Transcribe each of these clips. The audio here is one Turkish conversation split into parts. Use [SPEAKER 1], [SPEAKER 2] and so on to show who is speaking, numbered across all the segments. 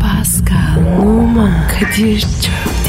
[SPEAKER 1] Pascal, Oman, Kadir çok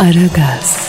[SPEAKER 1] Aragaz,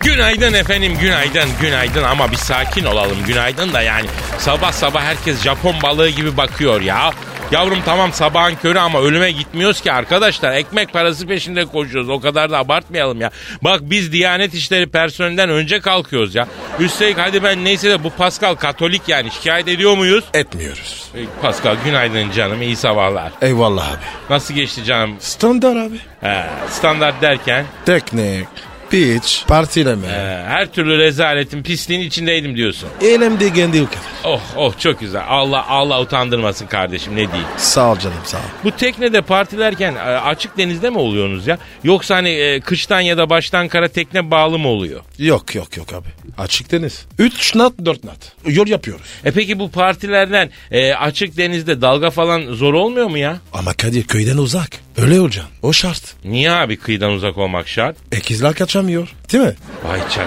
[SPEAKER 2] Günaydın efendim, günaydın, günaydın ama bir sakin olalım günaydın da yani sabah sabah herkes Japon balığı gibi bakıyor ya. Yavrum tamam sabahın körü ama ölüme gitmiyoruz ki arkadaşlar. Ekmek parası peşinde koşuyoruz. O kadar da abartmayalım ya. Bak biz Diyanet İşleri personelinden önce kalkıyoruz ya. Üstelik hadi ben neyse de bu Pascal Katolik yani şikayet ediyor muyuz?
[SPEAKER 3] Etmiyoruz.
[SPEAKER 2] E, Pascal günaydın canım iyi sabahlar.
[SPEAKER 3] Eyvallah abi.
[SPEAKER 2] Nasıl geçti canım?
[SPEAKER 3] Standart abi.
[SPEAKER 2] He, standart derken
[SPEAKER 3] Teknik, pitch,
[SPEAKER 2] e,
[SPEAKER 3] partileme.
[SPEAKER 2] her türlü rezaletin pisliğin içindeydim diyorsun.
[SPEAKER 3] Elimde kendi o kadar.
[SPEAKER 2] Oh oh çok güzel. Allah Allah utandırmasın kardeşim ne diyeyim.
[SPEAKER 3] Sağ ol canım sağ ol.
[SPEAKER 2] Bu teknede partilerken e, açık denizde mi oluyorsunuz ya? Yoksa hani e, kıştan ya da baştan kara tekne bağlı mı oluyor?
[SPEAKER 3] Yok yok yok abi. Açık deniz. 3 nat 4 nat. Yol yapıyoruz.
[SPEAKER 2] E peki bu partilerden e, açık denizde dalga falan zor olmuyor mu ya?
[SPEAKER 3] Ama Kadir köyden uzak. Öyle olacaksın. O şart.
[SPEAKER 2] Niye abi kıyıdan uzak olmak şart?
[SPEAKER 3] Ekizler kaçamıyor. Değil mi?
[SPEAKER 2] Vay çakal.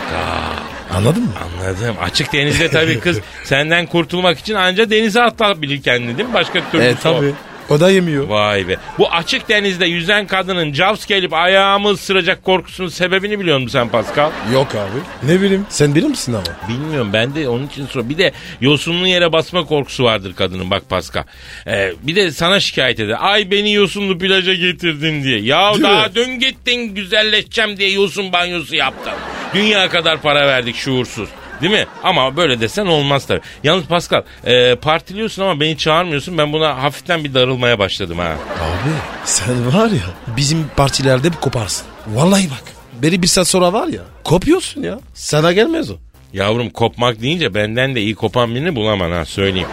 [SPEAKER 3] Anladın mı?
[SPEAKER 2] Anladım. Açık denizde tabii kız senden kurtulmak için anca denize atlayabilir kendini değil mi? Başka türlü
[SPEAKER 3] E
[SPEAKER 2] zor.
[SPEAKER 3] tabi. O da yemiyor.
[SPEAKER 2] Vay be. Bu açık denizde yüzen kadının cavs gelip ayağımı ısıracak korkusunun sebebini biliyor musun sen Pascal?
[SPEAKER 3] Yok abi. Ne bileyim. Sen bilir misin ama?
[SPEAKER 2] Bilmiyorum ben de onun için sor. Bir de yosunlu yere basma korkusu vardır kadının bak Pascal. Ee, bir de sana şikayet eder. Ay beni yosunlu plaja getirdin diye. Ya
[SPEAKER 3] Değil
[SPEAKER 2] daha
[SPEAKER 3] mi?
[SPEAKER 2] dün gittin güzelleşeceğim diye yosun banyosu yaptın. Dünya kadar para verdik şuursuz. Değil mi? Ama böyle desen olmaz tabii. Yalnız Pascal e, partiliyorsun ama beni çağırmıyorsun. Ben buna hafiften bir darılmaya başladım ha.
[SPEAKER 3] Abi sen var ya bizim partilerde bir koparsın. Vallahi bak. Beni bir saat sonra var ya kopuyorsun ya. Sana gelmez o.
[SPEAKER 2] Yavrum kopmak deyince benden de iyi kopan birini bulaman ha söyleyeyim.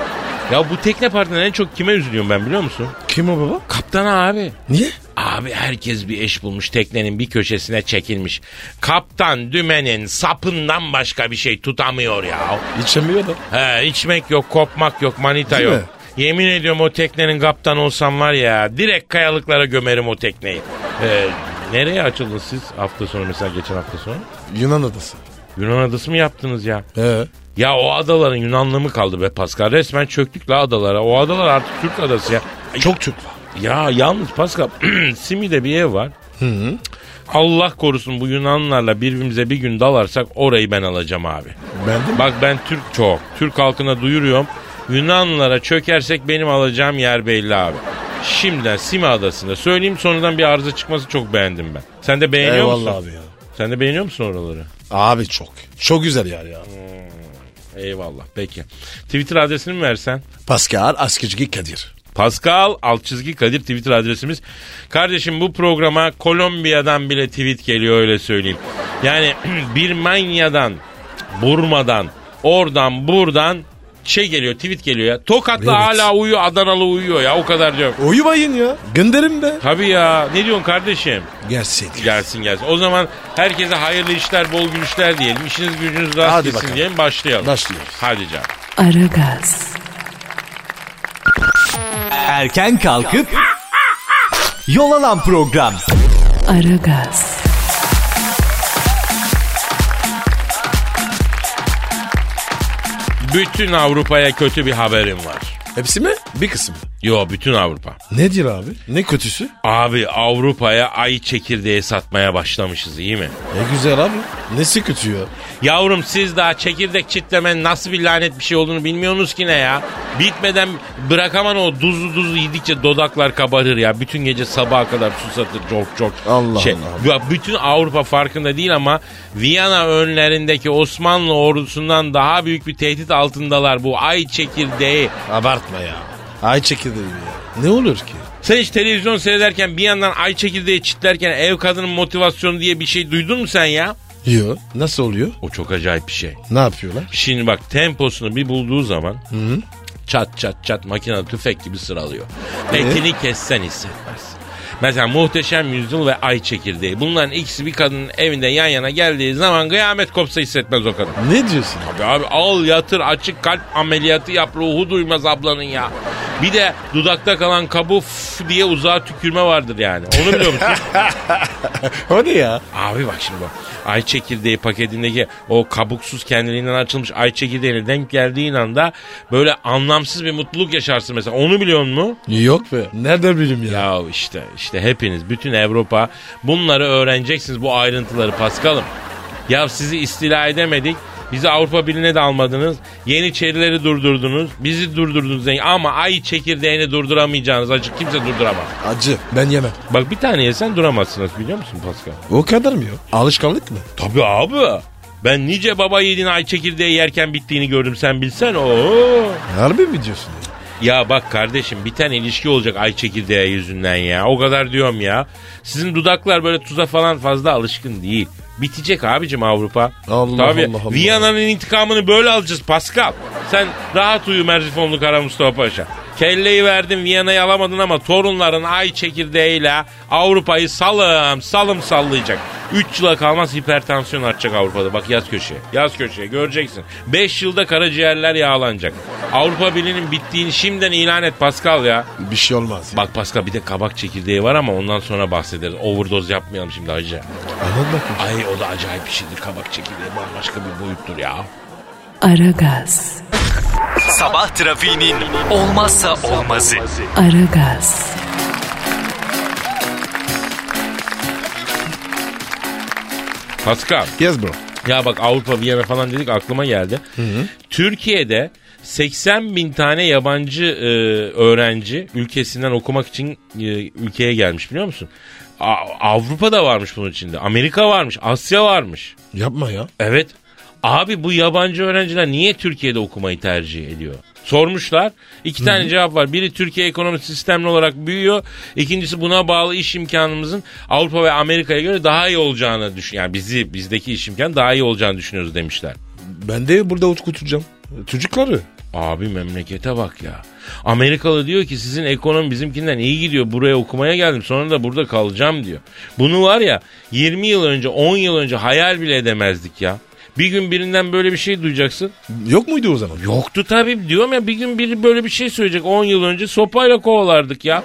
[SPEAKER 2] Ya bu tekne partiden en çok kime üzülüyorum ben biliyor musun?
[SPEAKER 3] Kim o baba?
[SPEAKER 2] Kaptana abi.
[SPEAKER 3] Niye?
[SPEAKER 2] Abi herkes bir eş bulmuş teknenin bir köşesine çekilmiş. Kaptan dümenin sapından başka bir şey tutamıyor ya.
[SPEAKER 3] İçemiyor da.
[SPEAKER 2] He içmek yok, kopmak yok, manita
[SPEAKER 3] Değil
[SPEAKER 2] yok.
[SPEAKER 3] mi?
[SPEAKER 2] Yemin ediyorum o teknenin kaptanı olsam var ya direkt kayalıklara gömerim o tekneyi. Ee, nereye açıldınız siz hafta sonu mesela geçen hafta sonu?
[SPEAKER 3] Yunan adası.
[SPEAKER 2] Yunan adası mı yaptınız ya?
[SPEAKER 3] Ee,
[SPEAKER 2] Ya o adaların Yunanlı mı kaldı be Pascal? Resmen çöktük la adalara. O adalar artık Türk adası ya.
[SPEAKER 3] çok Türk var.
[SPEAKER 2] Ya yalnız Pascal Simi'de bir ev var. Allah korusun bu Yunanlarla birbirimize bir gün dalarsak orayı ben alacağım abi.
[SPEAKER 3] Ben de mi?
[SPEAKER 2] Bak ben Türk çok. Türk halkına duyuruyorum. Yunanlara çökersek benim alacağım yer belli abi. Şimdiden Simi adasında söyleyeyim sonradan bir arıza çıkması çok beğendim ben. Sen de beğeniyor
[SPEAKER 3] Eyvallah
[SPEAKER 2] musun?
[SPEAKER 3] abi ya.
[SPEAKER 2] Sen de beğeniyor musun oraları?
[SPEAKER 3] Abi çok. Çok güzel yer ya.
[SPEAKER 2] Eyvallah peki. Twitter adresini mi versen?
[SPEAKER 3] Pascal Askıcı Kadir.
[SPEAKER 2] Pascal alt çizgi Kadir Twitter adresimiz. Kardeşim bu programa Kolombiya'dan bile tweet geliyor öyle söyleyeyim. Yani Birmanya'dan, Burma'dan, oradan buradan şey geliyor tweet geliyor ya. Tokatlı
[SPEAKER 3] Evet.
[SPEAKER 2] hala uyuyor Adanalı uyuyor ya o kadar diyorum.
[SPEAKER 3] Uyumayın ya. Gönderin be.
[SPEAKER 2] Tabii ya ne diyorsun kardeşim?
[SPEAKER 3] Gelsin.
[SPEAKER 2] Gelsin gelsin. O zaman herkese hayırlı işler bol gülüşler diyelim. İşiniz gücünüz rast
[SPEAKER 3] Hadi
[SPEAKER 2] gitsin
[SPEAKER 3] bakalım.
[SPEAKER 2] diyelim başlayalım.
[SPEAKER 3] Başlıyoruz.
[SPEAKER 2] Hadi canım.
[SPEAKER 1] Aragaz,
[SPEAKER 4] Erken kalkıp yol alan program.
[SPEAKER 1] Aragaz,
[SPEAKER 2] Bütün Avrupa'ya kötü bir haberim var.
[SPEAKER 3] Hepsi mi? Bir kısım.
[SPEAKER 2] Yo bütün Avrupa.
[SPEAKER 3] Nedir abi? Ne kötüsü?
[SPEAKER 2] Abi Avrupa'ya ay çekirdeği satmaya başlamışız iyi mi?
[SPEAKER 3] E güzel abi. Nesi kötü ya?
[SPEAKER 2] Yavrum siz daha çekirdek çitlemenin nasıl bir lanet bir şey olduğunu bilmiyorsunuz ki ne ya? Bitmeden bırakaman o duzlu duzlu yedikçe dodaklar kabarır ya. Bütün gece sabaha kadar susatır çok çok.
[SPEAKER 3] Allah
[SPEAKER 2] şey.
[SPEAKER 3] Allah.
[SPEAKER 2] Ya bütün Avrupa farkında değil ama Viyana önlerindeki Osmanlı ordusundan daha büyük bir tehdit altındalar bu ay çekirdeği.
[SPEAKER 3] Abartma ya. Ay çekirdeği ya. Ne olur ki?
[SPEAKER 2] Sen hiç televizyon seyrederken bir yandan ay çekirdeği çitlerken ev kadının motivasyonu diye bir şey duydun mu sen ya?
[SPEAKER 3] Yo. Nasıl oluyor?
[SPEAKER 2] O çok acayip bir şey.
[SPEAKER 3] Ne yapıyorlar?
[SPEAKER 2] Şimdi bak temposunu bir bulduğu zaman çat çat çat makinalı tüfek gibi sıralıyor. Etini kessen hissetmez. Mesela Muhteşem Yüzyıl ve Ay Çekirdeği. Bunların ikisi bir kadının evinde yan yana geldiği zaman kıyamet kopsa hissetmez o kadın.
[SPEAKER 3] Ne diyorsun?
[SPEAKER 2] Abi, abi al yatır açık kalp ameliyatı yap ruhu duymaz ablanın ya. Bir de dudakta kalan kabuğu f- diye uzağa tükürme vardır yani. Onu biliyor musun?
[SPEAKER 3] O ne ya?
[SPEAKER 2] Abi bak şimdi bak. Ay çekirdeği paketindeki o kabuksuz kendiliğinden açılmış ay çekirdeğine denk geldiğin anda böyle anlamsız bir mutluluk yaşarsın mesela. Onu biliyor mu?
[SPEAKER 3] Yok be. Nereden bileyim ya?
[SPEAKER 2] Ya işte işte hepiniz bütün Avrupa bunları öğreneceksiniz bu ayrıntıları Paskal'ım. Ya sizi istila edemedik. Bizi Avrupa Birliği'ne de almadınız. Yeniçerileri durdurdunuz. Bizi durdurdunuz. Ama ay çekirdeğini durduramayacaksınız. Açık kimse durduramaz.
[SPEAKER 3] Acı. Ben yemem.
[SPEAKER 2] Bak bir tane yesen duramazsınız biliyor musun Pascal?
[SPEAKER 3] O kadar mı yok? Alışkanlık mı?
[SPEAKER 2] Tabii abi. Ben nice baba yiğidin ay çekirdeği yerken bittiğini gördüm sen bilsen. Oo.
[SPEAKER 3] Harbi mi diyorsun? ya?
[SPEAKER 2] Ya bak kardeşim biten ilişki olacak ay çekirdeği yüzünden ya. O kadar diyorum ya. Sizin dudaklar böyle tuza falan fazla alışkın değil. Bitecek abicim Avrupa.
[SPEAKER 3] Allah
[SPEAKER 2] Tabii
[SPEAKER 3] Allah Allah.
[SPEAKER 2] Viyana'nın intikamını böyle alacağız Pascal. Sen rahat uyu Merzifonlu Kara Mustafa Paşa. Kelleyi verdin Viyana'yı alamadın ama torunların ay çekirdeğiyle Avrupa'yı salım salım sallayacak. 3 yıla kalmaz hipertansiyon artacak Avrupa'da. Bak yaz köşeye. Yaz köşeye göreceksin. 5 yılda karaciğerler yağlanacak. Avrupa Birliği'nin bittiğini şimdiden ilan et Pascal ya.
[SPEAKER 3] Bir şey olmaz.
[SPEAKER 2] Bak Pascal bir de kabak çekirdeği var ama ondan sonra bahsederiz. Overdose yapmayalım şimdi hacı.
[SPEAKER 3] Aman bakayım.
[SPEAKER 2] Ay o da acayip bir şeydir kabak çekirdeği. Bambaşka bir boyuttur ya.
[SPEAKER 1] Aragaz,
[SPEAKER 4] Sabah trafiğinin olmazsa olmazı.
[SPEAKER 1] Aragaz,
[SPEAKER 2] Pascal
[SPEAKER 3] Yes bro.
[SPEAKER 2] ya bak Avrupa Viyana falan dedik aklıma geldi. Türkiye'de 80 bin tane yabancı e, öğrenci ülkesinden okumak için e, ülkeye gelmiş biliyor musun? A- Avrupa'da varmış bunun içinde. Amerika varmış. Asya varmış.
[SPEAKER 3] Yapma ya.
[SPEAKER 2] Evet. Abi bu yabancı öğrenciler niye Türkiye'de okumayı tercih ediyor? Sormuşlar. İki tane cevap var. Biri Türkiye ekonomik sistemli olarak büyüyor. İkincisi buna bağlı iş imkanımızın Avrupa ve Amerika'ya göre daha iyi olacağını düşün. Yani bizi bizdeki iş imkanı daha iyi olacağını düşünüyoruz demişler.
[SPEAKER 3] Ben de burada oturacağım. Çocukları.
[SPEAKER 2] Abi memlekete bak ya. Amerikalı diyor ki sizin ekonomi bizimkinden iyi gidiyor. Buraya okumaya geldim. Sonra da burada kalacağım diyor. Bunu var ya 20 yıl önce 10 yıl önce hayal bile edemezdik ya. Bir gün birinden böyle bir şey duyacaksın.
[SPEAKER 3] Yok muydu o zaman?
[SPEAKER 2] Yoktu tabii diyorum ya bir gün biri böyle bir şey söyleyecek 10 yıl önce sopayla kovalardık ya.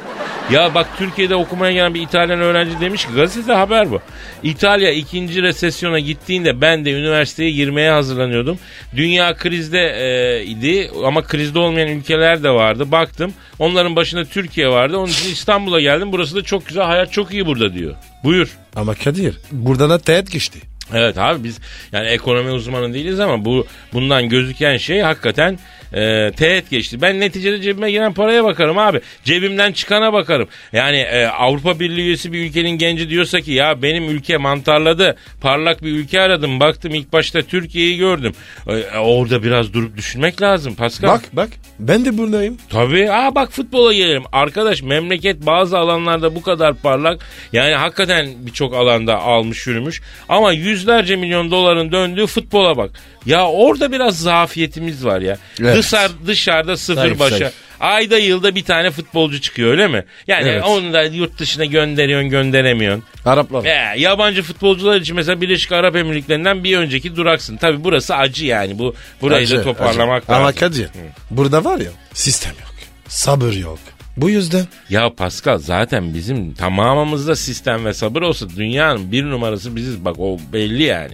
[SPEAKER 2] Ya bak Türkiye'de okumaya gelen bir İtalyan öğrenci demiş ki gazete haber bu. İtalya ikinci resesyona gittiğinde ben de üniversiteye girmeye hazırlanıyordum. Dünya krizde e, idi ama krizde olmayan ülkeler de vardı. Baktım onların başında Türkiye vardı. Onun için İstanbul'a geldim. Burası da çok güzel hayat çok iyi burada diyor. Buyur.
[SPEAKER 3] Ama Kadir buradan da teğet geçti.
[SPEAKER 2] Evet abi biz yani ekonomi uzmanı değiliz ama bu bundan gözüken şey hakikaten e, teğet geçti. Ben neticede cebime giren paraya bakarım abi. Cebimden çıkana bakarım. Yani e, Avrupa Birliği üyesi bir ülkenin genci diyorsa ki ya benim ülke mantarladı. Parlak bir ülke aradım. Baktım ilk başta Türkiye'yi gördüm. E, e, orada biraz durup düşünmek lazım Pascal.
[SPEAKER 3] Bak bak ben de buradayım.
[SPEAKER 2] Tabii. Aa bak futbola gelelim. Arkadaş memleket bazı alanlarda bu kadar parlak. Yani hakikaten birçok alanda almış yürümüş. Ama yüzlerce milyon doların döndüğü futbola bak. Ya orada biraz zafiyetimiz var ya.
[SPEAKER 3] Evet.
[SPEAKER 2] Dışar, dışarıda sıfır
[SPEAKER 3] Zayıf,
[SPEAKER 2] başa.
[SPEAKER 3] zayıf.
[SPEAKER 2] Ayda yılda bir tane futbolcu çıkıyor öyle mi? Yani
[SPEAKER 3] Evet.
[SPEAKER 2] onu da yurt dışına gönderiyorsun gönderemiyorsun.
[SPEAKER 3] Araplar.
[SPEAKER 2] Ee, yabancı futbolcular için mesela Birleşik Arap Emirlikleri'nden bir önceki duraksın. Tabii burası acı yani. Bu burayı da
[SPEAKER 3] Acı,
[SPEAKER 2] toparlamak
[SPEAKER 3] acı.
[SPEAKER 2] lazım.
[SPEAKER 3] Ama Kadir burada var ya sistem yok. Sabır yok. Bu yüzden
[SPEAKER 2] Ya Pascal zaten bizim tamamımızda sistem ve sabır olsa dünyanın bir numarası biziz. Bak o belli yani.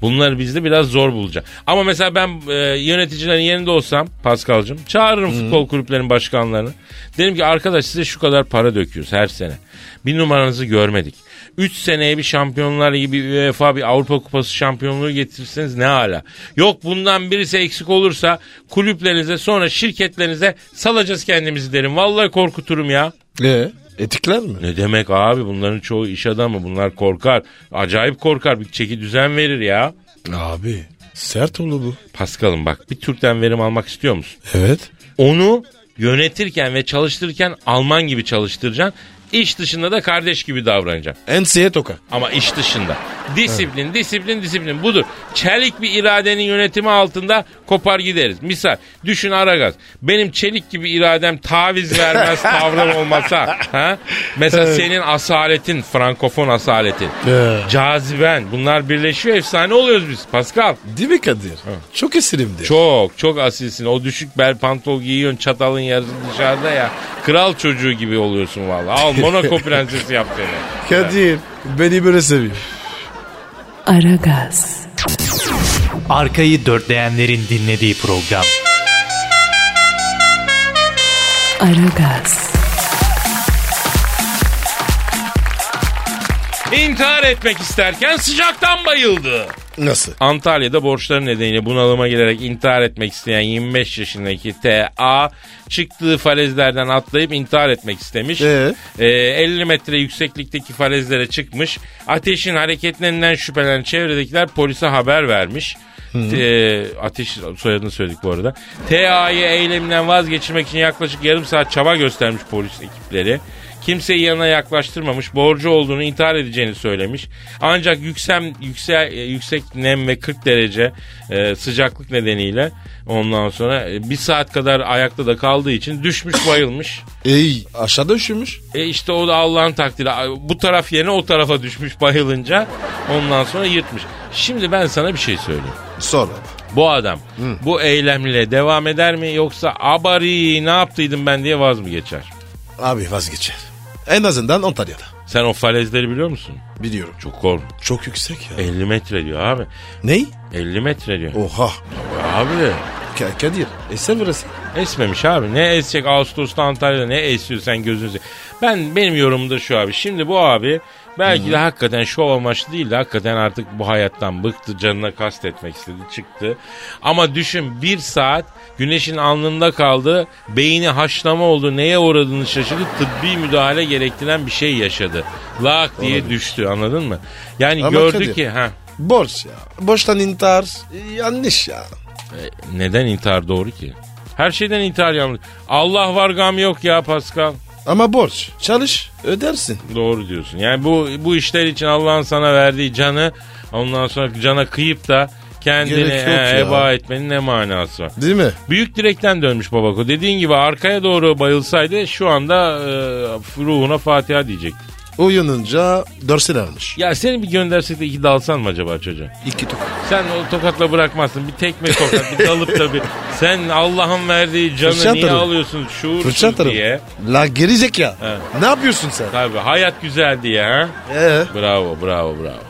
[SPEAKER 2] Bunları bizde biraz zor bulacak. Ama mesela ben e, yöneticilerin yerinde olsam Pascal'cığım çağırırım futbol kulüplerinin başkanlarını. Derim ki arkadaş size şu kadar para döküyoruz her sene. Bir numaranızı görmedik. 3 seneye bir şampiyonlar gibi UEFA bir Avrupa Kupası şampiyonluğu getirseniz ne hala. Yok bundan birisi eksik olursa kulüplerinize sonra şirketlerinize salacağız kendimizi derim. Vallahi korkuturum ya.
[SPEAKER 3] ee, etikler mi?
[SPEAKER 2] Ne demek abi bunların çoğu iş adamı bunlar korkar. Acayip korkar bir çeki düzen verir ya.
[SPEAKER 3] E, Abi sert oldu bu.
[SPEAKER 2] Paskal'ım bak bir Türk'ten verim almak istiyor musun?
[SPEAKER 3] Evet.
[SPEAKER 2] Onu yönetirken ve çalıştırırken Alman gibi çalıştıracaksın. İş dışında da kardeş gibi davranacaksın.
[SPEAKER 3] Enseye toka.
[SPEAKER 2] Ama iş dışında. Disiplin, disiplin, disiplin budur. Çelik bir iradenin yönetimi altında kopar gideriz. Misal düşün Aragaz. Benim çelik gibi iradem taviz vermez tavrım olmasa. Ha? Mesela senin asaletin, frankofon asaletin.
[SPEAKER 3] Evet.
[SPEAKER 2] Caziben. Bunlar birleşiyor efsane oluyoruz biz Pascal.
[SPEAKER 3] Değil mi Kadir? Çok esirimdi.
[SPEAKER 2] Çok çok asilsin. O düşük bel pantol giyiyorsun çatalın yarısı dışarıda ya. Kral çocuğu gibi oluyorsun vallahi. Al Monaco prensesi yap beni.
[SPEAKER 3] Kadir beni böyle seviyor.
[SPEAKER 1] Aragaz,
[SPEAKER 4] Arkayı dörtleyenlerin dinlediği program.
[SPEAKER 1] Aragaz,
[SPEAKER 2] İntihar etmek isterken sıcaktan bayıldı.
[SPEAKER 3] Nasıl?
[SPEAKER 2] Antalya'da borçları nedeniyle bunalıma girerek intihar etmek isteyen 25 yaşındaki T.A. çıktığı falezlerden atlayıp intihar etmek istemiş.
[SPEAKER 3] Ee?
[SPEAKER 2] Ee, 50 metre yükseklikteki falezlere çıkmış. Ateşin hareketlerinden şüphelenen çevredekiler polise haber vermiş. Ee, ateş soyadını söyledik bu arada. TA'yı eyleminden vazgeçirmek için yaklaşık yarım saat çaba göstermiş polis ekipleri. Kimseyi yanına yaklaştırmamış, borcu olduğunu intihar edeceğini söylemiş. Ancak yüksem, yüksel, e, yüksek nem ve 40 derece e, sıcaklık nedeniyle ondan sonra e, bir saat kadar ayakta da kaldığı için düşmüş bayılmış.
[SPEAKER 3] Ey aşağıda üşümüş.
[SPEAKER 2] E işte o da Allah'ın takdiri. Bu taraf yerine o tarafa düşmüş bayılınca ondan sonra yırtmış. Şimdi ben sana bir şey söyleyeyim.
[SPEAKER 3] Sor abi.
[SPEAKER 2] Bu adam bu eylemle devam eder mi yoksa abari ne yaptıydım ben diye vaz mı geçer?
[SPEAKER 3] Abi vazgeçer. En azından Antalya'da.
[SPEAKER 2] Sen o falezleri biliyor musun?
[SPEAKER 3] Biliyorum.
[SPEAKER 2] Çok kork.
[SPEAKER 3] Çok yüksek ya.
[SPEAKER 2] 50 metre diyor abi.
[SPEAKER 3] Ney?
[SPEAKER 2] 50 metre diyor.
[SPEAKER 3] Oha.
[SPEAKER 2] Abi
[SPEAKER 3] Ka- Kadir. E sen burası.
[SPEAKER 2] Esmemiş abi. Ne esecek Ağustos'ta Antalya'da ne esiyor sen gözünüzü. Ben benim yorumumda şu abi. Şimdi bu abi belki de hakikaten şov amaçlı değil de hakikaten artık bu hayattan bıktı. Canına kastetmek istedi çıktı. Ama düşün bir saat güneşin alnında kaldı. Beyni haşlama oldu. Neye uğradığını şaşırdı. Tıbbi müdahale gerektiren bir şey yaşadı. Lak diye düştü anladın mı? Yani
[SPEAKER 3] Ama
[SPEAKER 2] gördü
[SPEAKER 3] Kadir-
[SPEAKER 2] ki ha
[SPEAKER 3] Borç ya. Borçtan intihar. Yanlış ya.
[SPEAKER 2] neden intihar doğru ki? Her şeyden intihar yanlış. Allah var gam yok ya Pascal.
[SPEAKER 3] Ama borç. Çalış. Ödersin.
[SPEAKER 2] Doğru diyorsun. Yani bu bu işler için Allah'ın sana verdiği canı ondan sonra cana kıyıp da kendini
[SPEAKER 3] Gerek yok
[SPEAKER 2] he,
[SPEAKER 3] ya.
[SPEAKER 2] heba etmenin ne manası var?
[SPEAKER 3] Değil mi?
[SPEAKER 2] Büyük direkten dönmüş babako. Dediğin gibi arkaya doğru bayılsaydı şu anda e, ruhuna Fatiha diyecekti.
[SPEAKER 3] Uyanınca dörsel almış.
[SPEAKER 2] Ya seni bir göndersek de iki dalsan mı acaba çocuğa?
[SPEAKER 3] İki tok.
[SPEAKER 2] Sen o tokatla bırakmazsın. Bir tekme tokat bir dalıp da bir. Sen Allah'ın verdiği canı
[SPEAKER 3] Fırça
[SPEAKER 2] niye
[SPEAKER 3] atarım.
[SPEAKER 2] alıyorsun şuursuz
[SPEAKER 3] Fırça atarım.
[SPEAKER 2] diye.
[SPEAKER 3] La gerizekalı.
[SPEAKER 2] He.
[SPEAKER 3] Ne yapıyorsun sen?
[SPEAKER 2] Tabii hayat güzel diye ha.
[SPEAKER 3] Ee?
[SPEAKER 2] Bravo bravo bravo.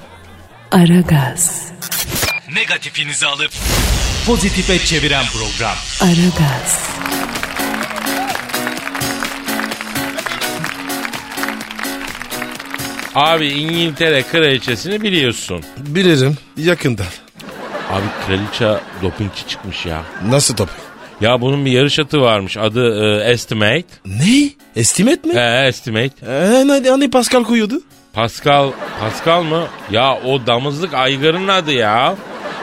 [SPEAKER 1] Aragaz,
[SPEAKER 4] Negatifinizi alıp pozitife çeviren program.
[SPEAKER 1] Aragaz,
[SPEAKER 2] Abi İngiltere kraliçesini biliyorsun.
[SPEAKER 3] Bilirim. Yakından.
[SPEAKER 2] Abi kraliçe dopingçi çıkmış ya.
[SPEAKER 3] Nasıl top?
[SPEAKER 2] Ya bunun bir yarış atı varmış adı e, Estimate.
[SPEAKER 3] Ne? Estimate mi?
[SPEAKER 2] Ee, estimate.
[SPEAKER 3] Ee, hani, hani Pascal koyuyordu?
[SPEAKER 2] Pascal, Pascal mı? Ya o damızlık aygırın adı ya.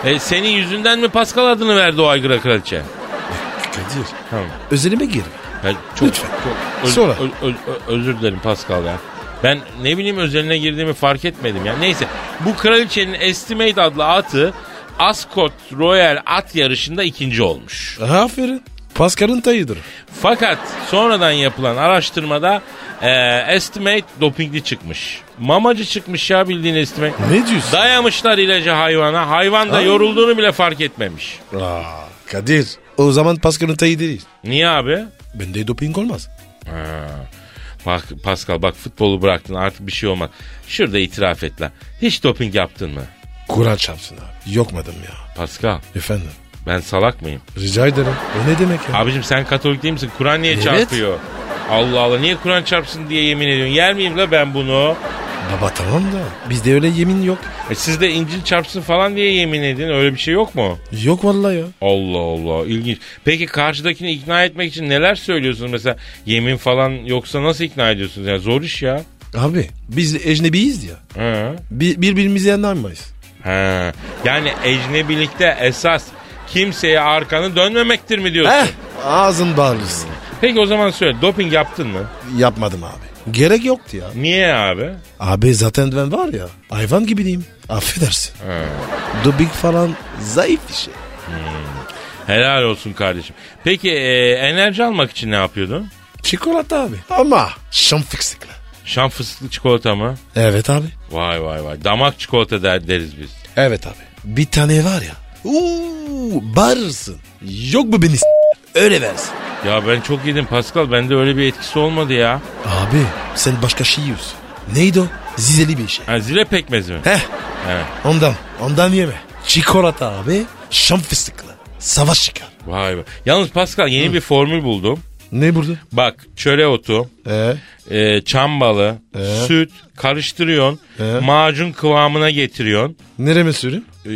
[SPEAKER 2] E, senin yüzünden mi Pascal adını verdi o aygıra kraliçe?
[SPEAKER 3] Kadir.
[SPEAKER 2] Tamam.
[SPEAKER 3] Özelime gir.
[SPEAKER 2] Ya çok,
[SPEAKER 3] Lütfen.
[SPEAKER 2] çok öz-
[SPEAKER 3] Sonra.
[SPEAKER 2] ö- ö- ö- özür dilerim Pascal ya. Ben ne bileyim özeline girdiğimi fark etmedim ya. Neyse bu kraliçenin Estimate adlı atı Ascot Royal at yarışında ikinci olmuş.
[SPEAKER 3] Aferin. Pascal'ın tayıdır.
[SPEAKER 2] Fakat sonradan yapılan araştırmada e, estimate dopingli çıkmış. Mamacı çıkmış ya bildiğin estimate.
[SPEAKER 3] Ne diyorsun?
[SPEAKER 2] Dayamışlar ilacı hayvana. Hayvan da
[SPEAKER 3] Ay.
[SPEAKER 2] yorulduğunu bile fark etmemiş.
[SPEAKER 3] Aa, Kadir. O zaman Pascal'ın tayı değil.
[SPEAKER 2] Niye abi?
[SPEAKER 3] Bende doping olmaz.
[SPEAKER 2] Ha. Bak Pascal bak futbolu bıraktın artık bir şey olmaz. Şurada itiraf et lan. Hiç doping yaptın mı?
[SPEAKER 3] Kur'an çarpsın abi. Yokmadım ya.
[SPEAKER 2] Pascal
[SPEAKER 3] Efendim.
[SPEAKER 2] ben salak mıyım?
[SPEAKER 3] Rica ederim. O ne demek ya?
[SPEAKER 2] Abicim sen Katolik değil misin? Kur'an niye
[SPEAKER 3] Evet.
[SPEAKER 2] çarpıyor? Allah Allah niye Kur'an çarpsın diye yemin ediyorsun. Yer miyim la ben bunu?
[SPEAKER 3] Baba tamam da. Bizde öyle yemin yok.
[SPEAKER 2] E siz de İncil çarpsın falan diye yemin edin. Öyle bir şey yok mu?
[SPEAKER 3] Yok vallahi ya.
[SPEAKER 2] Allah Allah ilginç. Peki karşıdakini ikna etmek için neler söylüyorsunuz? Mesela yemin falan yoksa nasıl ikna ediyorsunuz? Yani zor iş ya.
[SPEAKER 3] Abi biz ecnebiyiz ya.
[SPEAKER 2] He.
[SPEAKER 3] Bir, birbirimizi anlamayız.
[SPEAKER 2] He. Yani ecnebilikte esas kimseye arkanı dönmemektir
[SPEAKER 3] Eh.
[SPEAKER 2] mi diyorsun?
[SPEAKER 3] Heh. Ağzın bağırırsın.
[SPEAKER 2] Peki o zaman söyle doping yaptın mı?
[SPEAKER 3] Yapmadım abi. Gerek yoktu ya.
[SPEAKER 2] Niye abi?
[SPEAKER 3] Abi zaten ben var ya hayvan gibiyim. Affedersin. Dubik falan zayıf bir şey.
[SPEAKER 2] Helal olsun kardeşim. Peki e, enerji almak için ne yapıyordun?
[SPEAKER 3] Çikolata abi. Ama şam fıstıklı.
[SPEAKER 2] Şam fıstıklı çikolata mı?
[SPEAKER 3] Evet abi.
[SPEAKER 2] Vay vay vay. Damak çikolata der, deriz biz.
[SPEAKER 3] Evet abi. Bir tane var ya. Uuu bağırırsın. Yok mu beni s- Öyle versin.
[SPEAKER 2] Ya ben çok yedim Pascal. Bende öyle bir etkisi olmadı ya.
[SPEAKER 3] Abi sen başka şey yiyorsun. Neydi o? Zizeli bir şey.
[SPEAKER 2] Ha, zile pekmezi mi?
[SPEAKER 3] Heh
[SPEAKER 2] He.
[SPEAKER 3] ondan. Ondan yeme. Çikolata abi. Şam fıstıklı. Savaş çıkar.
[SPEAKER 2] Vay vay. Yalnız Pascal yeni bir formül buldum.
[SPEAKER 3] Ne burada?
[SPEAKER 2] Bak çöre otu,
[SPEAKER 3] Ee,
[SPEAKER 2] e, çam balı, süt karıştırıyorsun.
[SPEAKER 3] Ee?
[SPEAKER 2] Macun kıvamına getiriyorsun.
[SPEAKER 3] nereme süreyim?
[SPEAKER 2] E,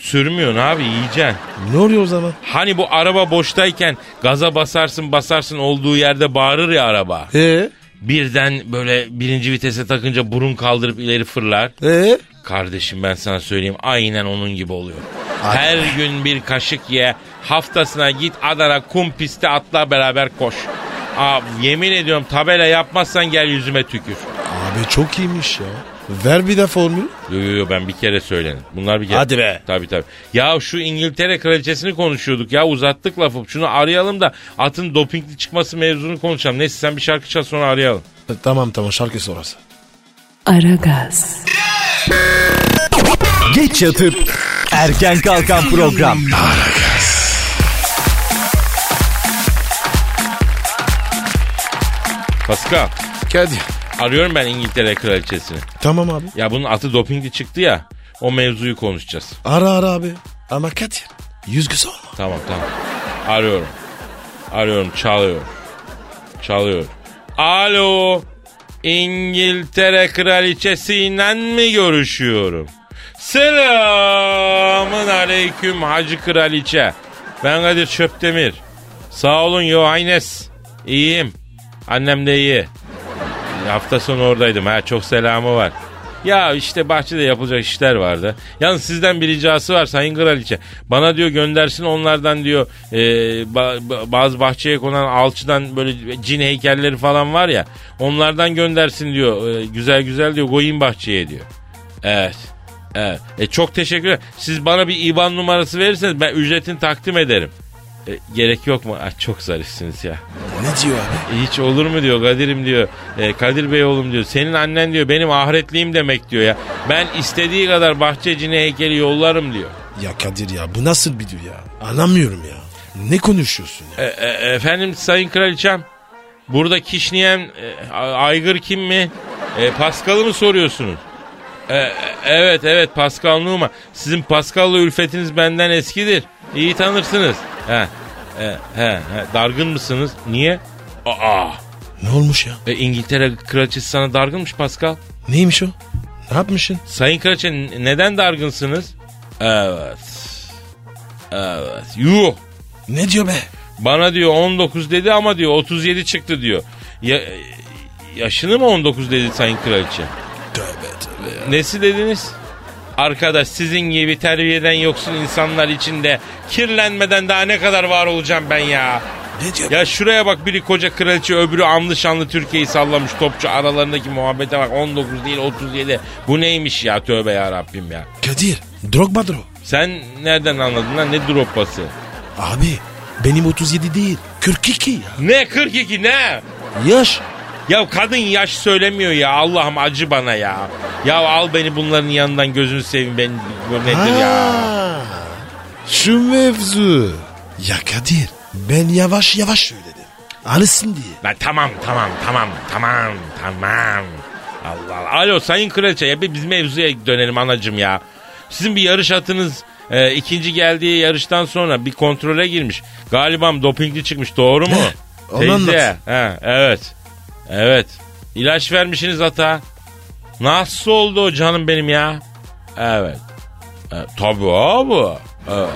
[SPEAKER 2] sürmüyorsun abi yiyeceksin.
[SPEAKER 3] Ne oluyor o zaman?
[SPEAKER 2] Hani bu araba boştayken gaza basarsın basarsın olduğu yerde bağırır ya araba.
[SPEAKER 3] Ee,
[SPEAKER 2] Birden böyle birinci vitese takınca burun kaldırıp ileri fırlar.
[SPEAKER 3] ee?
[SPEAKER 2] Kardeşim ben sana söyleyeyim aynen onun gibi oluyor. Her gün bir kaşık ye. Haftasına git Adana kum piste atla beraber koş. Aa, yemin ediyorum tabela yapmazsan gel yüzüme tükür.
[SPEAKER 3] Abi çok iyiymiş ya. Ver bir de formülü.
[SPEAKER 2] Yo yo yo ben bir kere söyledim. Bunlar bir kere.
[SPEAKER 3] Hadi be.
[SPEAKER 2] Tabii tabii. Ya şu İngiltere kraliçesini konuşuyorduk ya uzattık lafı. Şunu arayalım da atın dopingli çıkması mevzunu konuşalım. Neyse sen bir şarkı çal sonra arayalım.
[SPEAKER 3] Ee, Tamam tamam şarkı sonrası.
[SPEAKER 1] Aragaz,
[SPEAKER 4] Geç yatıp erken kalkan program.
[SPEAKER 2] Pascal
[SPEAKER 3] Geldi.
[SPEAKER 2] arıyorum ben İngiltere kraliçesini.
[SPEAKER 3] Tamam abi.
[SPEAKER 2] Ya bunun atı dopingli çıktı ya. O mevzuyu konuşacağız.
[SPEAKER 3] Ara ara abi. Ama Kadir. Yüz güzel olma.
[SPEAKER 2] Tamam tamam. Arıyorum. Arıyorum çalıyor. Çalıyor. Alo. İngiltere kraliçesiyle mi görüşüyorum? Selamın aleyküm hacı kraliçe. Ben Kadir Çöptemir. Sağ olun Your Highness. İyiyim. Annem de iyi. Hafta sonu oradaydım ha çok selamı var. Ya işte bahçede yapılacak işler vardı. Yalnız sizden bir ricası var Sayın Kraliçe. Bana diyor göndersin onlardan diyor e, ba- ba- bazı bahçeye konan alçıdan böyle cin heykelleri falan var ya. Onlardan göndersin diyor. E, güzel güzel diyor koyayım bahçeye diyor. Evet. Evet. E, çok teşekkür ederim. Siz bana bir IBAN numarası verirseniz ben ücretini takdim ederim. E, gerek yok mu? Ay, çok zarifsiniz ya.
[SPEAKER 3] Ne diyor abi?
[SPEAKER 2] Hiç olur mu diyor Kadir'im diyor. E, Kadir Bey oğlum diyor. Senin annen diyor benim ahiretliğim demek diyor ya. Ben istediği kadar bahçecine heykeli yollarım diyor.
[SPEAKER 3] Ya Kadir ya bu nasıl bir diyor ya? Anlamıyorum ya. Ne konuşuyorsun ya?
[SPEAKER 2] E, e, efendim sayın kraliçem. Burada kişniyen e, a- aygır kim mi? E, Paskal'ı mı soruyorsunuz? E, e, evet evet Pascal Numa. Sizin Pascal'la ülfetiniz benden eskidir. İyi tanırsınız. He, he, he, he. Dargın mısınız? Niye? Aa,
[SPEAKER 3] Ne olmuş ya?
[SPEAKER 2] e, İngiltere kraliçesi sana dargınmış Pascal.
[SPEAKER 3] Neymiş o? Ne yapmışsın?
[SPEAKER 2] Sayın Karaçe n- neden dargınsınız? Evet. Evet. Yuh.
[SPEAKER 3] Ne diyor be?
[SPEAKER 2] Bana diyor 19 dedi ama diyor 37 çıktı diyor. Ya, e, yaşını mı 19 dedi Sayın Kraliçe?
[SPEAKER 3] Tövbe tövbe.
[SPEAKER 2] Nesi dediniz? Arkadaş sizin gibi terbiyeden yoksun insanlar içinde kirlenmeden daha ne kadar var olacağım ben ya.
[SPEAKER 3] Ne diyor?
[SPEAKER 2] Ya şuraya bak biri koca kraliçe öbürü anlı şanlı Türkiye'yi sallamış topçu aralarındaki muhabbete bak 19 değil 37. Bu neymiş ya tövbe ya Rabbim ya.
[SPEAKER 3] Kadir. Drogba drog.
[SPEAKER 2] Sen nereden anladın lan ne droppası?
[SPEAKER 3] Abi benim 37 değil. 42 ya.
[SPEAKER 2] Ne 42 ne?
[SPEAKER 3] Yaş.
[SPEAKER 2] Ya kadın yaş söylemiyor ya Allah'ım acı bana ya. Ya al beni bunların yanından gözünü seveyim ben bu nedir ya?
[SPEAKER 3] Ha. Şu mevzu. Ya Kadir ben yavaş yavaş söyledim. Alışsın diye.
[SPEAKER 2] Lan tamam tamam tamam tamam tamam. Allah Allah. Alo Sayın Kraliçe ya bir biz mevzuya dönelim anacım ya. Sizin bir yarış atınız e, ikinci geldiği yarıştan sonra bir kontrole girmiş. Galibam dopingli çıkmış doğru mu?
[SPEAKER 3] Ne? Onu anlat.
[SPEAKER 2] He, evet. Evet. İlaç vermişsiniz ata. Nasıl oldu o canım benim ya? Evet. E, tabii abi. Evet.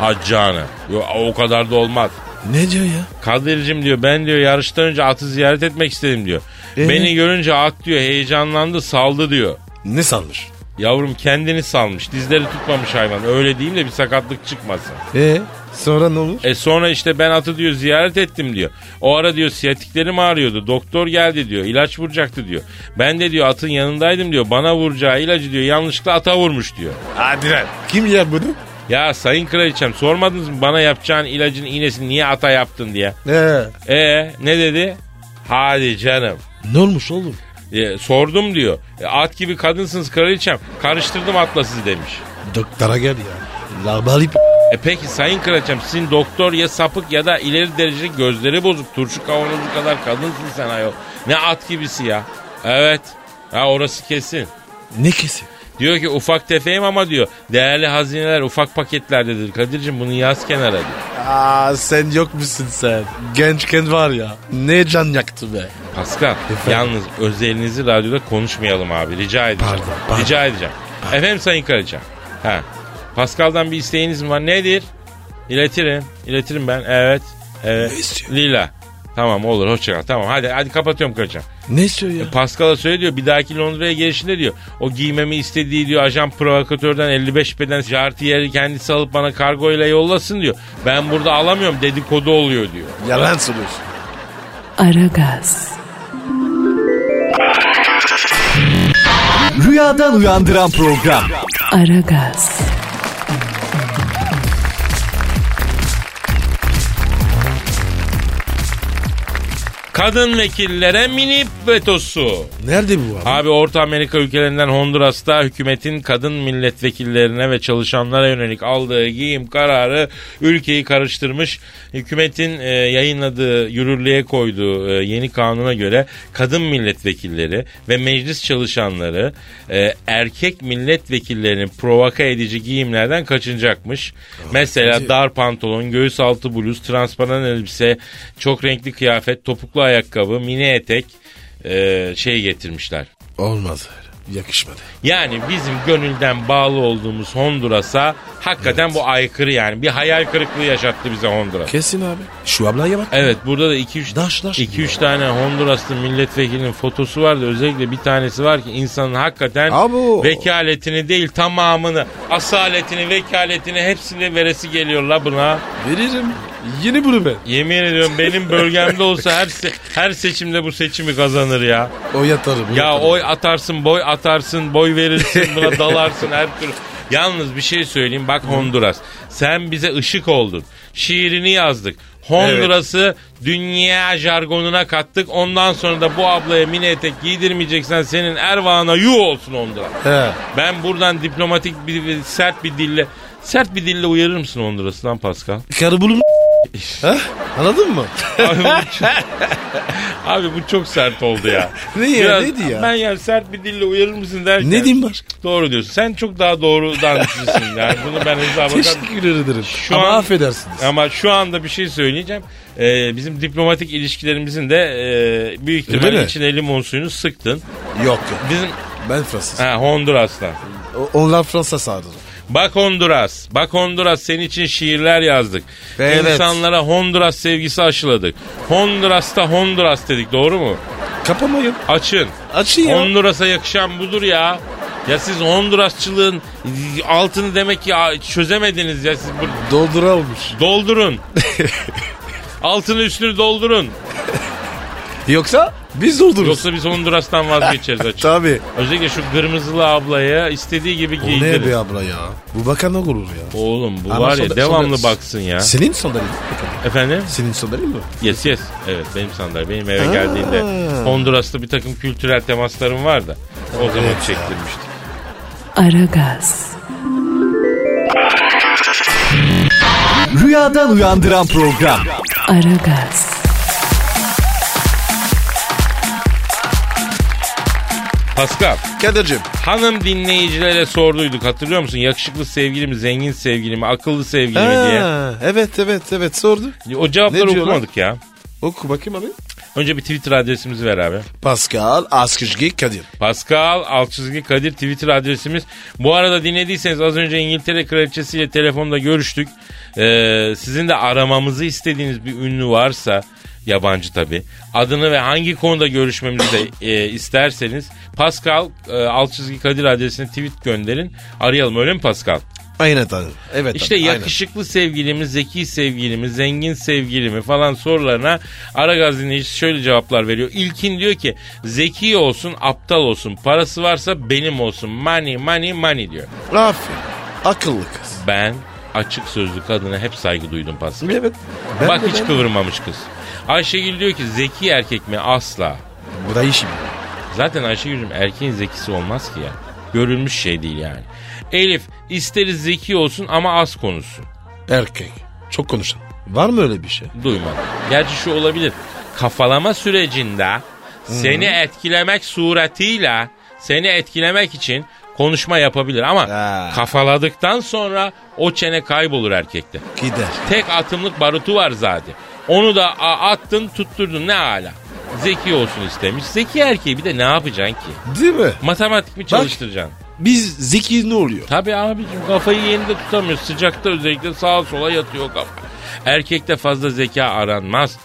[SPEAKER 2] Ha canı. Yo, o kadar da olmaz.
[SPEAKER 3] Ne diyor ya?
[SPEAKER 2] Kadir'cim diyor ben diyor yarıştan önce atı ziyaret etmek istedim diyor.
[SPEAKER 3] Ee?
[SPEAKER 2] Beni görünce at diyor heyecanlandı saldı diyor.
[SPEAKER 3] Ne sanmış?
[SPEAKER 2] Yavrum kendini salmış. Dizleri tutmamış hayvan. Öyle diyeyim de bir sakatlık çıkmasın.
[SPEAKER 3] E sonra ne olur?
[SPEAKER 2] E sonra işte ben atı diyor ziyaret ettim diyor. O ara diyor siyatiklerim ağrıyordu. Doktor geldi diyor. ilaç vuracaktı diyor. Ben de diyor atın yanındaydım diyor. Bana vuracağı ilacı diyor yanlışlıkla ata vurmuş diyor.
[SPEAKER 3] Hadi lan. Kim yer bunu?
[SPEAKER 2] Ya sayın kraliçem sormadınız mı bana yapacağın ilacın iğnesini niye ata yaptın diye.
[SPEAKER 3] Ee,
[SPEAKER 2] E ne dedi? Hadi canım.
[SPEAKER 3] ne olmuş oğlum?
[SPEAKER 2] E, sordum diyor. E, at gibi kadınsınız kraliçem. Karıştırdım atla sizi demiş.
[SPEAKER 3] Doktora gel ya. Labali p-
[SPEAKER 2] E peki sayın kraliçem sizin doktor ya sapık ya da ileri dereceli gözleri bozuk turşu kavanozu kadar kadınsın sen ayol. Ne at gibisi ya. Evet. Ha orası kesin.
[SPEAKER 3] Ne kesin?
[SPEAKER 2] Diyor ki ufak tefeyim ama diyor değerli hazineler ufak paketlerdedir. Kadir'cim bunu yaz kenara diyor.
[SPEAKER 3] Aa sen yok musun sen? Gençken var ya. Ne can yaktı be.
[SPEAKER 2] Pascal yalnız özelinizi radyoda konuşmayalım abi rica edeceğim.
[SPEAKER 3] Pardon, pardon.
[SPEAKER 2] Rica edeceğim. Efendim Sayın Kraliçem. Ha. Pascal'dan bir isteğiniz mi var? Nedir? İletirim. İletirim ben. Evet. Evet.
[SPEAKER 3] Ne istiyor?
[SPEAKER 2] Lila. Tamam olur hoşça kal. Tamam hadi hadi kapatıyorum Kraliçem.
[SPEAKER 3] Ne istiyor ya?
[SPEAKER 2] Pascal'a söyle diyor bir dahaki Londra'ya gelişinde diyor. O giymemi istediği diyor ajan provokatörden 55 beden jartiyeri kendisi alıp bana kargoyla yollasın diyor. Ben burada alamıyorum dedikodu oluyor diyor.
[SPEAKER 3] Yalan söylüyorsun.
[SPEAKER 1] Aragaz,
[SPEAKER 4] Rüyadan uyandıran program.
[SPEAKER 1] Aragaz,
[SPEAKER 2] Kadın vekillere mini vetosu.
[SPEAKER 3] Nerede bu abi?
[SPEAKER 2] Abi Orta Amerika ülkelerinden Honduras'ta hükümetin kadın milletvekillerine ve çalışanlara yönelik aldığı giyim kararı ülkeyi karıştırmış. Hükümetin e, yayınladığı, yürürlüğe koyduğu e, yeni kanuna göre kadın milletvekilleri ve meclis çalışanları e, erkek milletvekillerinin provoka edici giyimlerden kaçınacakmış. Mesela dar pantolon, göğüs altı bluz, transparan elbise, çok renkli kıyafet, topuklu ayakkabı, mini etek e, şey getirmişler.
[SPEAKER 3] Olmaz öyle. Yakışmadı.
[SPEAKER 2] Yani bizim gönülden bağlı olduğumuz Honduras'a hakikaten bu aykırı yani. Bir hayal kırıklığı yaşattı bize Honduras.
[SPEAKER 3] Kesin abi. Şu ablaya bak.
[SPEAKER 2] Evet burada da 2-3
[SPEAKER 3] Daş, daş.
[SPEAKER 2] tane Honduraslı milletvekilinin fotosu vardı. Özellikle bir tanesi var ki insanın hakikaten
[SPEAKER 3] Abo.
[SPEAKER 2] vekaletini değil tamamını, asaletini, vekaletini hepsini veresi geliyor la buna.
[SPEAKER 3] Veririm. Yeni bunu ben.
[SPEAKER 2] Yemin ediyorum benim bölgemde olsa her se- her seçimde bu seçimi kazanır ya.
[SPEAKER 3] O yatarım.
[SPEAKER 2] Ya oy atarsın, boy atarsın, boy verirsin, buna dalarsın her türlü. Yalnız bir şey söyleyeyim bak Honduras. Sen bize ışık oldun. Şiirini yazdık. Honduras'ı dünya jargonuna kattık. Ondan sonra da bu ablaya mini etek giydirmeyeceksen senin ervana yuh olsun Honduras.
[SPEAKER 3] He.
[SPEAKER 2] Ben buradan diplomatik bir sert bir dille sert bir dille uyarır mısın Honduras'ı lan Pascal?
[SPEAKER 3] Karı bulun. ha? Anladın mı?
[SPEAKER 2] Abi bu çok, Abi bu çok sert oldu ya.
[SPEAKER 3] Ne ya, neydi ya?
[SPEAKER 2] Ben yani sert bir dille uyarır mısın derken.
[SPEAKER 3] Ne diyeyim başka?
[SPEAKER 2] Doğru diyorsun. Sen çok daha doğrudan düşünsün yani. Bunu ben hesaba kat...
[SPEAKER 3] Teşekkür ederim.
[SPEAKER 2] Şu
[SPEAKER 3] Ama
[SPEAKER 2] an-
[SPEAKER 3] affedersiniz.
[SPEAKER 2] Ama şu anda bir şey söyleyeceğim. Ee, bizim diplomatik ilişkilerimizin de e, büyük
[SPEAKER 3] Öyle
[SPEAKER 2] ihtimalle
[SPEAKER 3] mi?
[SPEAKER 2] içine limon suyunu sıktın.
[SPEAKER 3] Yok yok.
[SPEAKER 2] Bizim
[SPEAKER 3] Ben Fransız.
[SPEAKER 2] ha, Honduras'tan.
[SPEAKER 3] O- Onlar Fransa sağdır.
[SPEAKER 2] Bak Honduras, bak Honduras senin için şiirler yazdık.
[SPEAKER 3] Evet.
[SPEAKER 2] İnsanlara Honduras sevgisi aşıladık. Honduras'ta Honduras dedik doğru mu?
[SPEAKER 3] Kapamayın.
[SPEAKER 2] Açın.
[SPEAKER 3] Açın ya.
[SPEAKER 2] Honduras'a yakışan budur ya. Ya siz Hondurasçılığın altını demek ki a- çözemediniz ya siz bu-
[SPEAKER 3] Dolduralmış.
[SPEAKER 2] doldurun. altını üstünü doldurun.
[SPEAKER 3] Yoksa biz doldururuz.
[SPEAKER 2] Yoksa biz Honduras'tan vazgeçeriz açık.
[SPEAKER 3] Tabii.
[SPEAKER 2] Özellikle şu kırmızılı ablaya istediği gibi
[SPEAKER 3] O ne
[SPEAKER 2] giydirin.
[SPEAKER 3] be abla ya? Bu bakan ne olur ya?
[SPEAKER 2] Oğlum bu
[SPEAKER 3] Ama
[SPEAKER 2] var ya
[SPEAKER 3] sonra-
[SPEAKER 2] devamlı
[SPEAKER 3] sonra-
[SPEAKER 2] baksın ya.
[SPEAKER 3] Senin sandalyen.
[SPEAKER 2] Efendim?
[SPEAKER 3] Senin sandalyen mi?
[SPEAKER 2] Yes yes. Evet benim sandalye. Benim eve geldiğinde Honduras'ta bir takım kültürel temaslarım var da. O zaman
[SPEAKER 3] ya.
[SPEAKER 2] çektirmiştim.
[SPEAKER 1] Aragaz,
[SPEAKER 4] Rüyadan uyandıran program.
[SPEAKER 1] Aragaz,
[SPEAKER 2] Pascal.
[SPEAKER 3] Kadir'cim.
[SPEAKER 2] Hanım dinleyicilere sorduyduk hatırlıyor musun? Yakışıklı sevgilimi, zengin sevgilimi, akıllı sevgilimi
[SPEAKER 3] Ha, evet evet evet sordu.
[SPEAKER 2] diye. O cevapları
[SPEAKER 3] Ne diyorlar?
[SPEAKER 2] okumadık ya.
[SPEAKER 3] Oku bakayım abi.
[SPEAKER 2] Önce bir Twitter adresimizi ver abi.
[SPEAKER 3] Pascal Askışgi Kadir.
[SPEAKER 2] Pascal Alçızgi Kadir Twitter adresimiz. Bu arada dinlediyseniz az önce İngiltere Kraliçesiyle telefonda görüştük. Ee, sizin de aramamızı istediğiniz bir ünlü varsa Yabancı tabii. Adını ve hangi konuda görüşmemizi de e, isterseniz Pascal e, alt çizgi Kadir adresine tweet gönderin. Arayalım öyle mi Pascal?
[SPEAKER 3] Aynen tanrım. Evet
[SPEAKER 2] İşte
[SPEAKER 3] tanrım, aynen.
[SPEAKER 2] yakışıklı sevgilimiz, zeki sevgilimiz, zengin sevgilimi falan sorularına Aragaz dinleyicisi şöyle cevaplar veriyor. İlkin diyor ki zeki olsun, aptal olsun, parası varsa benim olsun. Money, money, money diyor.
[SPEAKER 3] Aferin. Akıllı kız.
[SPEAKER 2] Ben açık sözlü kadına hep saygı duydum Pascal.
[SPEAKER 3] Evet.
[SPEAKER 2] Bak hiç kıvırmamış kız. Ayşegül diyor ki zeki erkek mi? Asla.
[SPEAKER 3] Bu da işim.
[SPEAKER 2] Zaten Ayşegül'üm erkeğin zekisi olmaz ki ya. Görülmüş şey değil yani. Elif isteriz zeki olsun ama az konuşsun.
[SPEAKER 3] Erkek. Çok konuşan. Var mı öyle bir şey?
[SPEAKER 2] Duymadım. Gerçi şu olabilir. Kafalama sürecinde seni etkilemek suretiyle seni etkilemek için konuşma yapabilir ama
[SPEAKER 3] Ha.
[SPEAKER 2] kafaladıktan sonra o çene kaybolur erkekte.
[SPEAKER 3] Gider.
[SPEAKER 2] Tek atımlık barutu var zaten. Onu da a- attın tutturdun ne hala. Zeki olsun istemiş. Zeki erkeği bir de ne yapacaksın ki?
[SPEAKER 3] Değil mi?
[SPEAKER 2] Matematik mi çalıştıracaksın?
[SPEAKER 3] Biz zeki ne oluyor?
[SPEAKER 2] Tabii abicim kafayı yerinde tutamıyor. Sıcakta özellikle sağa sola yatıyor kafa. Erkekte fazla zeka aranmaz.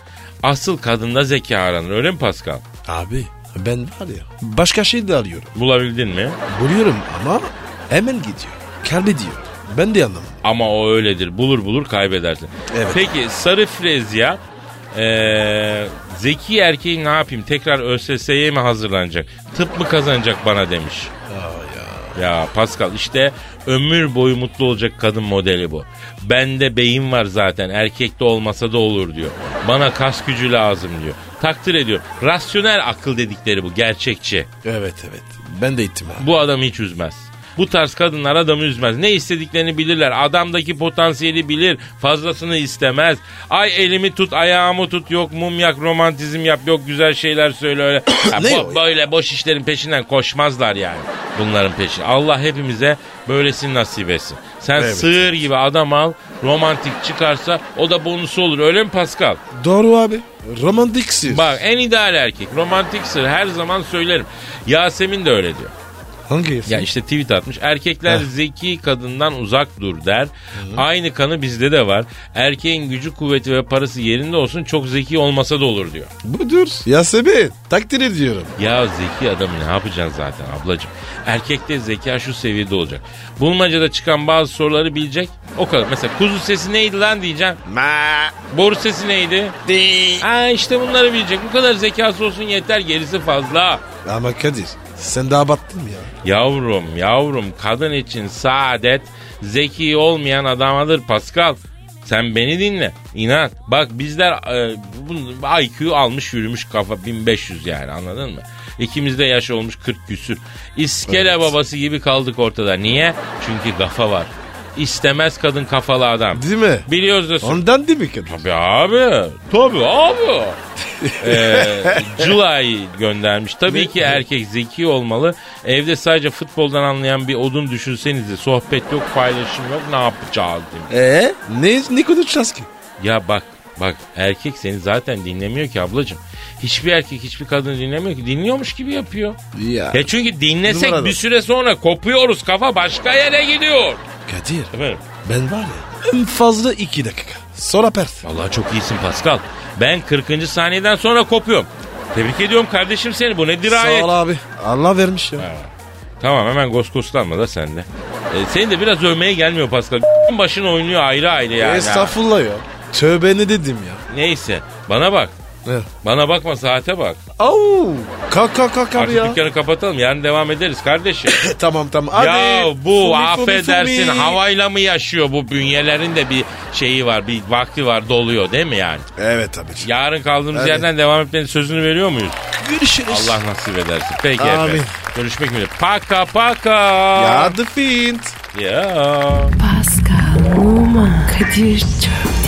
[SPEAKER 2] Asıl kadında zeka aranır öyle mi Pascal?
[SPEAKER 3] Abi ben var ya başka şey de arıyorum.
[SPEAKER 2] Bulabildin mi?
[SPEAKER 3] Buluyorum ama hemen gidiyor. Kalbe diyor. Ben de anlamadım.
[SPEAKER 2] Ama o öyledir. Bulur bulur kaybedersin.
[SPEAKER 3] Evet.
[SPEAKER 2] Peki sarı frezya eee, zeki erkeği ne yapayım? Tekrar ÖSS'ye mi hazırlanacak? Tıp mı kazanacak bana demiş. ya. Pascal işte ömür boyu mutlu olacak kadın modeli bu. Bende beyin var zaten erkekte olmasa da olur diyor. Bana kas gücü lazım diyor. Takdir ediyor. Rasyonel akıl dedikleri bu gerçekçi.
[SPEAKER 3] Evet evet. Ben de ettim abi.
[SPEAKER 2] Bu adamı hiç üzmez. Bu tarz kadınlar adamı üzmez. Ne istediklerini bilirler. Adamdaki potansiyeli bilir. Fazlasını istemez. Ay elimi tut, ayağımı tut. Yok mum yak, romantizm yap. Yok güzel şeyler söyle öyle. Ya
[SPEAKER 3] Ne
[SPEAKER 2] bu-
[SPEAKER 3] o ya?
[SPEAKER 2] böyle boş işlerin peşinden koşmazlar yani. Bunların peşine. Allah hepimize böylesini nasip etsin. Sen
[SPEAKER 3] Evet.
[SPEAKER 2] sığır gibi adam al. Romantik çıkarsa o da bonusu olur. Öyle mi Pascal?
[SPEAKER 3] Doğru abi. Romantiksin.
[SPEAKER 2] Bak en ideal erkek. Romantik sır her zaman söylerim. Yasemin de öyle diyor.
[SPEAKER 3] Hangi?
[SPEAKER 2] Ya işte tweet atmış. Erkekler zeki kadından uzak dur der. Aynı kanı bizde de var. Erkeğin gücü, kuvveti ve parası yerinde olsun çok zeki olmasa da olur diyor.
[SPEAKER 3] Budur. Yasemin. Takdir ediyorum.
[SPEAKER 2] Ya zeki adamı ne yapacaksın zaten ablacığım? Erkekte zeka şu seviyede olacak. Bulmacada çıkan bazı soruları bilecek. O kadar. Mesela kuzu sesi neydi lan diyeceksin.
[SPEAKER 3] Ma.
[SPEAKER 2] Boru sesi neydi? Ha işte bunları bilecek. Bu kadar zekası olsun yeter gerisi fazla.
[SPEAKER 3] Ama Kadir sen daha battın ya.
[SPEAKER 2] Yavrum yavrum kadın için saadet zeki olmayan adamadır Pascal. Sen beni dinle. İnan. Bak bizler e, bunun IQ almış yürümüş kafa 1500 yani anladın mı? İkimiz de yaş olmuş 40 küsür. İskele
[SPEAKER 3] Evet.
[SPEAKER 2] babası gibi kaldık ortada. Niye? Çünkü kafa var. İstemez kadın kafalı adam.
[SPEAKER 3] Değil mi?
[SPEAKER 2] Biliyoruz da
[SPEAKER 3] Ondan değil mi Kadir?
[SPEAKER 2] Tabii abi. Tabii abi. ee, July göndermiş. Tabii ki erkek zeki olmalı. Evde sadece futboldan anlayan bir odun düşünsenize. Sohbet yok, paylaşım yok. Ne yapacağız demiş.
[SPEAKER 3] Ee? Ne, ne konuşacağız ki?
[SPEAKER 2] Ya bak bak erkek seni zaten dinlemiyor ki ablacığım. Hiçbir erkek hiçbir kadın dinlemiyor ki. Dinliyormuş gibi yapıyor.
[SPEAKER 3] Ya.
[SPEAKER 2] Ya çünkü dinlesek
[SPEAKER 3] Numaralı.
[SPEAKER 2] bir süre sonra kopuyoruz. Kafa başka yere gidiyor.
[SPEAKER 3] Kadir
[SPEAKER 2] Efendim?
[SPEAKER 3] ben var ya en fazla iki dakika. Sonra pert.
[SPEAKER 2] Vallahi çok iyisin Pascal. Ben 40. saniyeden sonra kopuyorum. Tebrik ediyorum kardeşim seni. Bu ne dirayet.
[SPEAKER 3] Sağ ol abi. Allah vermiş ya.
[SPEAKER 2] Tamam hemen goskoslanma da sen de. E, seni de biraz övmeye gelmiyor Pascal. Başın oynuyor ayrı ayrı yani.
[SPEAKER 3] Estağfurullah ya. Tövbe ne dedim ya.
[SPEAKER 2] Neyse bana bak.
[SPEAKER 3] Ne?
[SPEAKER 2] Bana bakma saate bak.
[SPEAKER 3] Au. Kalk kalk kalk abi
[SPEAKER 2] Artık
[SPEAKER 3] ya. Eh,
[SPEAKER 2] dükkanı kapatalım. Yarın devam ederiz kardeşim.
[SPEAKER 3] Tamam tamam. Hadi.
[SPEAKER 2] Ya bu
[SPEAKER 3] Fumi, fumi,
[SPEAKER 2] affedersin
[SPEAKER 3] fumi.
[SPEAKER 2] havayla mı yaşıyor bu bünyelerin de bir şeyi var bir vakti var doluyor değil mi yani?
[SPEAKER 3] Evet abi.
[SPEAKER 2] Yarın kaldığımız
[SPEAKER 3] Evet.
[SPEAKER 2] yerden devam etmenin sözünü veriyor muyuz?
[SPEAKER 3] Görüşürüz.
[SPEAKER 2] Allah nasip ederse. Peki
[SPEAKER 3] Amin.
[SPEAKER 2] efendim. Görüşmek üzere. Paka paka.
[SPEAKER 3] Ya the fiend.
[SPEAKER 2] Ya.
[SPEAKER 1] Pascal, Oman, Kadir çok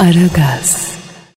[SPEAKER 1] Aragaz.